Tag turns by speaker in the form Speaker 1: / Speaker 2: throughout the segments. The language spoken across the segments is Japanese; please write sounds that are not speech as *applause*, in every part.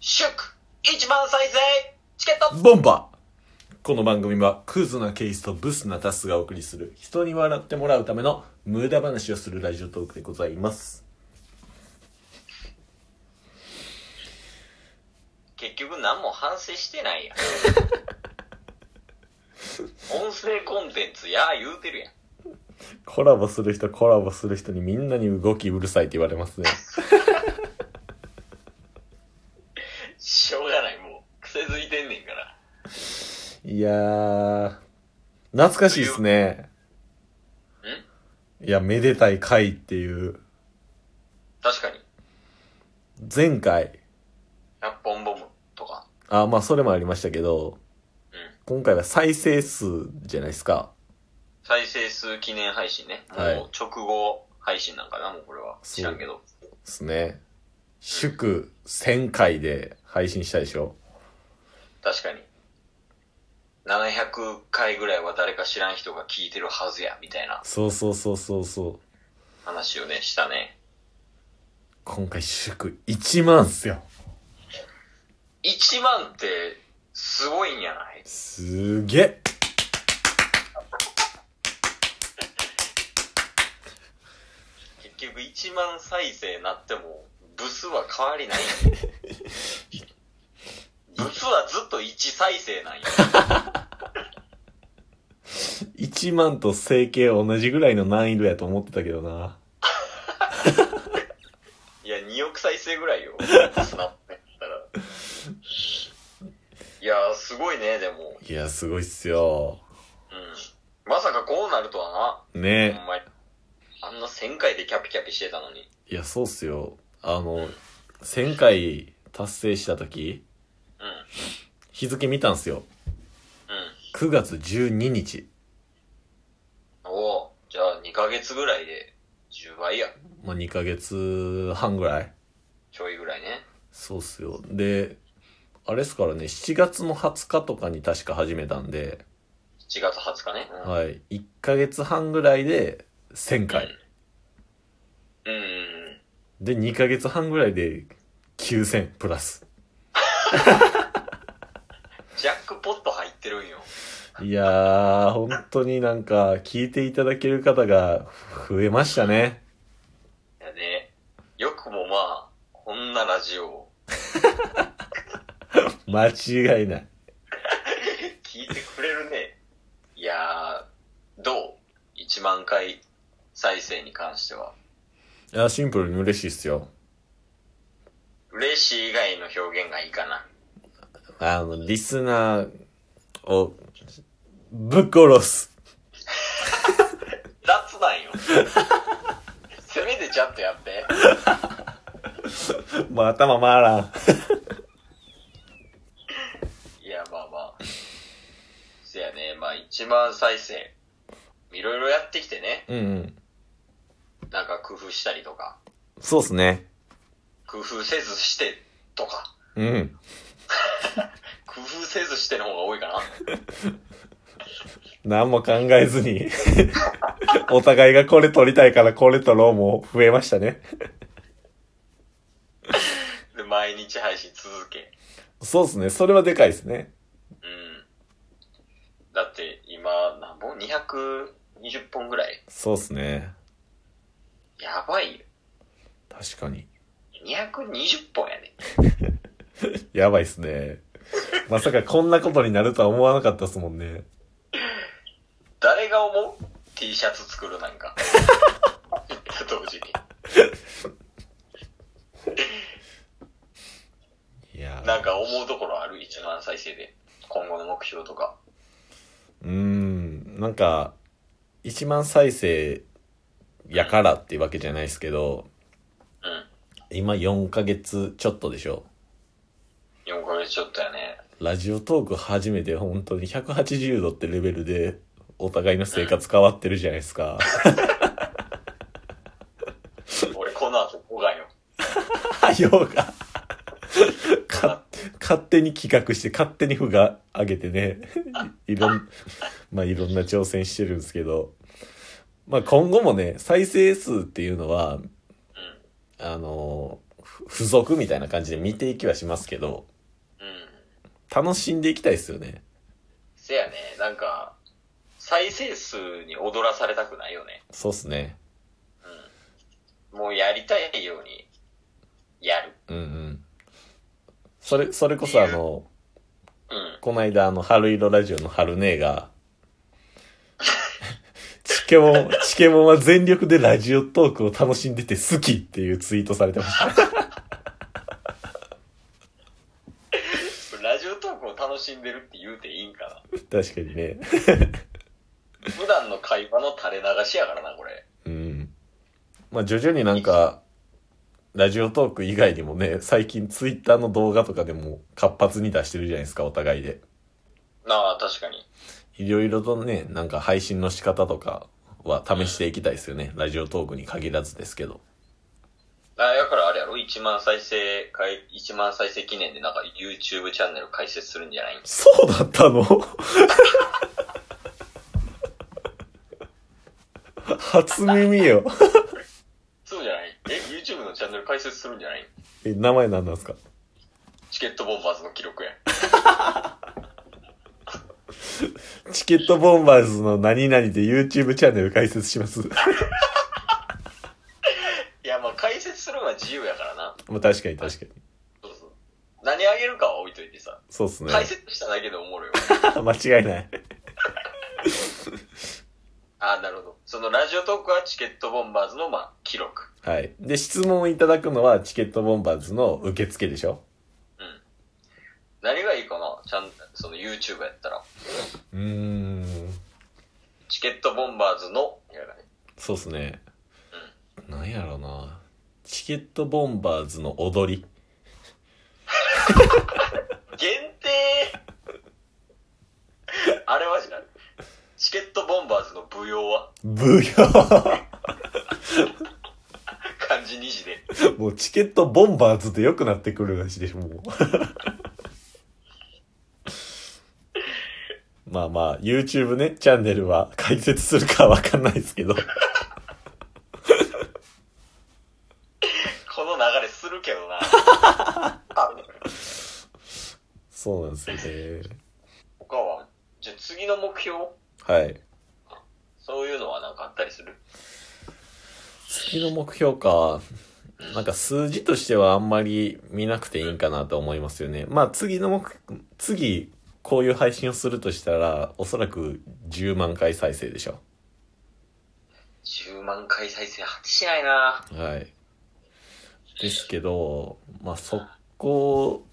Speaker 1: 祝1万再生チケット
Speaker 2: ボンバーこの番組はクズなケースとブスなタスがお送りする人に笑ってもらうための無駄話をするラジオトークでございます
Speaker 1: 結局何も反省してない *laughs* やん。音声コンテンツや言うてるやん。
Speaker 2: コラボする人コラボする人にみんなに動きうるさいって言われますね
Speaker 1: しょうがない、もう。癖づいてんねんから。
Speaker 2: いやー懐かしいですねいやめでたい回っていう
Speaker 1: 確かに。
Speaker 2: 前回
Speaker 1: 100本ボムとか。
Speaker 2: あまあそれもありましたけど
Speaker 1: うん。
Speaker 2: 今回は再生数じゃないですか
Speaker 1: 再生数記念配信ね。
Speaker 2: はい
Speaker 1: もう直後配信なんかな、もうこれは。
Speaker 2: そう
Speaker 1: 知らんけど。
Speaker 2: ですね祝1000回で配信したでしょ
Speaker 1: 確かに。700回ぐらいは誰か知らん人が聞いてるはずや、みたいな
Speaker 2: そうそうそうそうそう
Speaker 1: 話をね、したね。
Speaker 2: 今回祝1万っすよ
Speaker 1: 1万って、すごいんやない
Speaker 2: すげえ
Speaker 1: 結局1万再生なっても、ブスは変わりないやんブスはずっと1再生なんや。
Speaker 2: 1万と整形同じぐらいの難易度やと思ってたけどない
Speaker 1: や、2億再生ぐらいよ。ブスなってたら。いやー、すごいね、でも。
Speaker 2: いやすごいっすよ
Speaker 1: うん。まさかこうなるとはな。
Speaker 2: ね
Speaker 1: ほんまに。あんな1000回でキャピキャピしてたのに。
Speaker 2: いやそうっすよあの1000回達成した時
Speaker 1: うん。うん。
Speaker 2: 日付見たんすよ9月12日
Speaker 1: おおじゃあ2ヶ月ぐらいで10倍や。
Speaker 2: まあ2ヶ月半ぐらい
Speaker 1: ちょいぐらいね。
Speaker 2: そうっすよであれっすからね7月の20日とかに確か始めたんで
Speaker 1: 7月20日ね。うん
Speaker 2: はい1ヶ月半ぐらいで1000回
Speaker 1: うんうんうん。
Speaker 2: で2ヶ月半ぐらいで9000プラス
Speaker 1: ジャックポット入ってるんよ。
Speaker 2: いやー本当になんか聞いていただける方が増えましたね
Speaker 1: いやね。よくもまあ、こんなラジオを
Speaker 2: 間違いない
Speaker 1: 聞いてくれるね。いやー、どう ?1 万回再生に関しては。
Speaker 2: いやシンプルに嬉しいっすよ
Speaker 1: 嬉しい以外の表現がいいかな。
Speaker 2: あのリスナーをぶっ殺す
Speaker 1: 雑なん *laughs* よ。せめてちゃんとやって。
Speaker 2: もう頭回らん
Speaker 1: いや、まあまあ。せやね、まあ1万再生。いろいろやってきてね。
Speaker 2: うんうん
Speaker 1: なんか工夫したりとか。
Speaker 2: そうっすね
Speaker 1: 工夫せずしてとか。
Speaker 2: うん
Speaker 1: 工夫せずしての方が多いかな。
Speaker 2: 何も考えずに *laughs* お互いがこれ撮りたいからこれ撮ろうも増えましたね
Speaker 1: で、毎日配信続け。
Speaker 2: そうっすねそれはでかいっすね
Speaker 1: うん。だって、今、何本 ?220 本ぐらい
Speaker 2: そうっすね
Speaker 1: やばいよ。
Speaker 2: 確かに
Speaker 1: 220本やね。
Speaker 2: やばいっすねまさかこんなことになるとは思わなかったっすもんね
Speaker 1: 誰が思う ?T シャツ作るなんか。 *laughs* 言った同時に。
Speaker 2: いや
Speaker 1: なんか思うところある一万再生で。今後の目標とか。
Speaker 2: うーんなんか1万再生やからっていうわけじゃないですけど
Speaker 1: うん。
Speaker 2: 今4ヶ月ちょっとでしょ
Speaker 1: 4ヶ月ちょっとやね。
Speaker 2: ラジオトーク初めて本当に180度ってレベルでお互いの生活変わってるじゃないですか
Speaker 1: 俺この後5がよ。
Speaker 2: ヨガ *laughs* か勝手に企画して勝手に負が上げてねいろんまあいろんな挑戦してるんですけどまあ今後もね再生数っていうのは
Speaker 1: うん。
Speaker 2: あの付属みたいな感じで見ていきはしますけど、
Speaker 1: うん。
Speaker 2: 楽しんでいきたいですよね。
Speaker 1: せやね、なんか、再生数に踊らされたくないよね。
Speaker 2: そうっすね。
Speaker 1: もうやりたいように、やる。
Speaker 2: うんうん。それ、それこそあの、
Speaker 1: うん。
Speaker 2: この間あの、春色ラジオの春姉が、 *laughs* チケモン、チケモンは全力でラジオトークを楽しんでて好きっていうツイートされてました。
Speaker 1: ラジオトークを楽しんでるって言うていいんかな。
Speaker 2: 確かにね。
Speaker 1: 普段の会話の垂れ流しやからな、これ。
Speaker 2: うん。まあ徐々になんか、ラジオトーク以外にもね、最近ツイッターの動画とかでも活発に出してるじゃないですか、お互いで。
Speaker 1: なあ、確かに。
Speaker 2: いろいろとね、なんか配信の仕方とかは試していきたいですよね。ラジオトークに限らずですけど。
Speaker 1: あ、だからあれやろ ?1 万再生回、1万再生記念でなんか YouTube チャンネル開設するんじゃないん
Speaker 2: そうだったの初耳よ。
Speaker 1: そうじゃないえ、YouTube のチャンネル開設するんじゃないん
Speaker 2: え、名前何なんですか
Speaker 1: チケットボンバーズの記録や。
Speaker 2: チケットボンバーズの何々で YouTube チャンネル開設します。
Speaker 1: いや、まあ開設するのは自由やからな。
Speaker 2: まあ確かに確かに。
Speaker 1: そうそう。何あげるかは置いといてさ。
Speaker 2: そうっすね。
Speaker 1: 解説しただけでおもろいよ。
Speaker 2: 間違いない。
Speaker 1: *laughs* ああ、なるほど。そのラジオトークはチケットボンバーズの、まあ、記録。
Speaker 2: はい。で、質問をいただくのはチケットボンバーズの受付でしょ
Speaker 1: 何がいいかなちゃん、その YouTube やったら。
Speaker 2: うーん。
Speaker 1: チケットボンバーズの、やらね。
Speaker 2: そうっすね。なんやろな。チケットボンバーズの踊り。
Speaker 1: 限定 *laughs* あれマジなる。チケットボンバーズの舞踊は
Speaker 2: ブヨ
Speaker 1: 漢字2字で。
Speaker 2: もうチケットボンバーズで良くなってくるらしいでしょ、もう。まあまあ、YouTube ね、チャンネルは解説するかわかんないですけど。
Speaker 1: この流れするけどな。あ
Speaker 2: そうなんですよね。
Speaker 1: 他は、じゃあ次の目標
Speaker 2: はい。
Speaker 1: そういうのはなんかあったりする
Speaker 2: 月の目標か。なんか数字としてはあんまり見なくていいんかなと思いますよね。まあ次の目、次、こういう配信をするとしたら、おそらく10万回再生でしょ。
Speaker 1: 10万回再生果てしないな
Speaker 2: はい。ですけど、まあ、そこ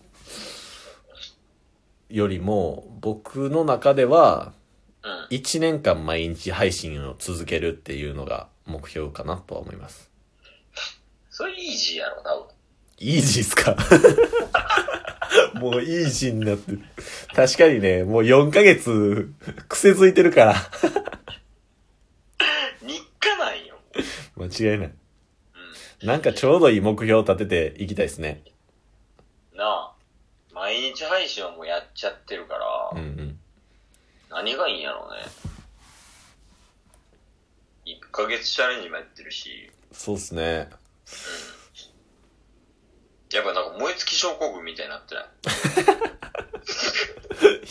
Speaker 2: よりも、僕の中では、
Speaker 1: うん。
Speaker 2: 1年間毎日配信を続けるっていうのが目標かなとは思います。
Speaker 1: それイージーやろ、多分。
Speaker 2: イージーっすか *laughs* もうイージーになってる。確かにね、もう4ヶ月、癖づいてるから。
Speaker 1: 日課なんよ。
Speaker 2: 間違いない。
Speaker 1: う
Speaker 2: なんかちょうどいい目標を立てていきたいですね。
Speaker 1: ん。なあ。毎日配信はもうやっちゃってるから、
Speaker 2: うんうん。
Speaker 1: 何がいいんやろうね。1ヶ月チャレンジもやってるし、
Speaker 2: そうっすね。
Speaker 1: やっぱなんか燃え尽き症候群みたいになってな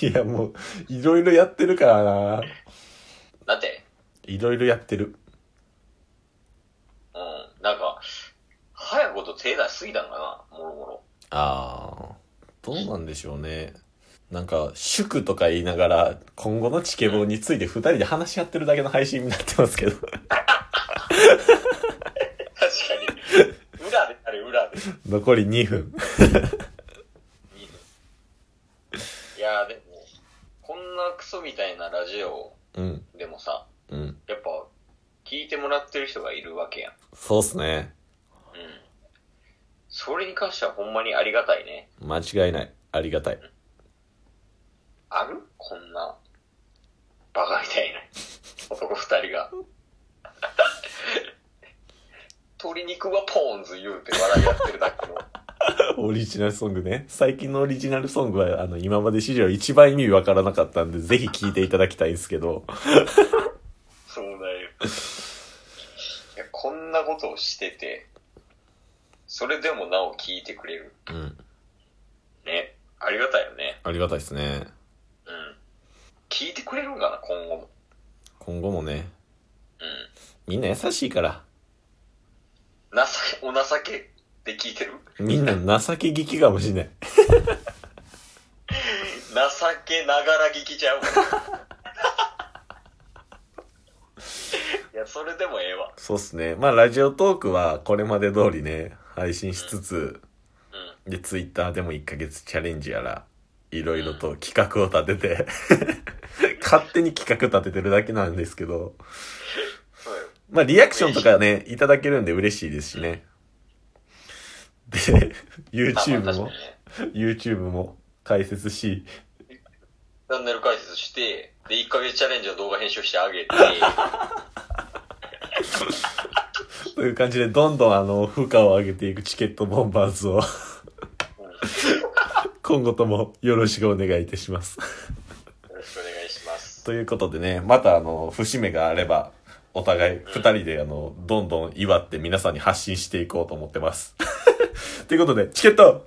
Speaker 1: い。
Speaker 2: *laughs* いや、もう、いろいろやってるからな。
Speaker 1: だって、
Speaker 2: いろいろやってる。
Speaker 1: うん、なんか、早いこと手出しすぎたんかな、もろもろ。
Speaker 2: ああ。どうなんでしょうね。なんか、祝とか言いながら、今後のチケボンについて二人で話し合ってるだけの配信になってます *laughs* けど。
Speaker 1: 確かに。裏で、あれ裏で。
Speaker 2: 残り2分。
Speaker 1: いやーでも、こんなクソみたいなラジオ
Speaker 2: うん、
Speaker 1: でもさ、
Speaker 2: うん。
Speaker 1: やっぱ、聞いてもらってる人がいるわけやん。
Speaker 2: そうっすね。
Speaker 1: うん。それに関してはほんまにありがたいね。
Speaker 2: 間違いない。ありがたい。
Speaker 1: あるこんな、バカみたいな、男二人が。 *laughs* 鶏肉はポーンズ言うて笑い合ってるだけの。
Speaker 2: *laughs* オリジナルソングね。最近のオリジナルソングは、あの、今まで史上一番意味わからなかったんで、ぜひ聴いていただきたいんですけど。
Speaker 1: そうだよ。いや、こんなことをしてて、それでもなお聞いてくれる。
Speaker 2: うん。
Speaker 1: ね。ありがたいよね。
Speaker 2: ありがたいですね。
Speaker 1: うん。聞いてくれるんかな、今後も。
Speaker 2: 今後もね、
Speaker 1: う
Speaker 2: みんな優しいから。
Speaker 1: ん。なさ、お情けで聞いてる
Speaker 2: *laughs* みんな情け聞きかもしれない。
Speaker 1: 情けながら聞きちゃう。いや、それでもええわ。
Speaker 2: そうっすね。まあ、ラジオトークはこれまで通りね、配信しつつ、
Speaker 1: うん。
Speaker 2: で、ツイッターでも1ヶ月チャレンジやら、いろいろと企画を立てて、勝手に企画立ててるだけなんですけど、
Speaker 1: そうよ。
Speaker 2: まあ、リアクションとかね、いただけるんで嬉しいですしね。で、
Speaker 1: ま
Speaker 2: YouTube
Speaker 1: あまあ
Speaker 2: も
Speaker 1: 確か、にね
Speaker 2: YouTube も解説し、
Speaker 1: チャンネル解説して、で、1ヶ月チャレンジの動画編集してあげて、
Speaker 2: という感じで、どんどんあの、負荷を上げていくチケットボンバーズを、
Speaker 1: うんよ
Speaker 2: 今後ともよろしくお願いいたします。
Speaker 1: ろしくお願いします。
Speaker 2: ということでね、またあの、節目があれば、お互い二人であ *laughs* の、どんどん祝って皆さんに発信していこうと思ってます。ということで、チケット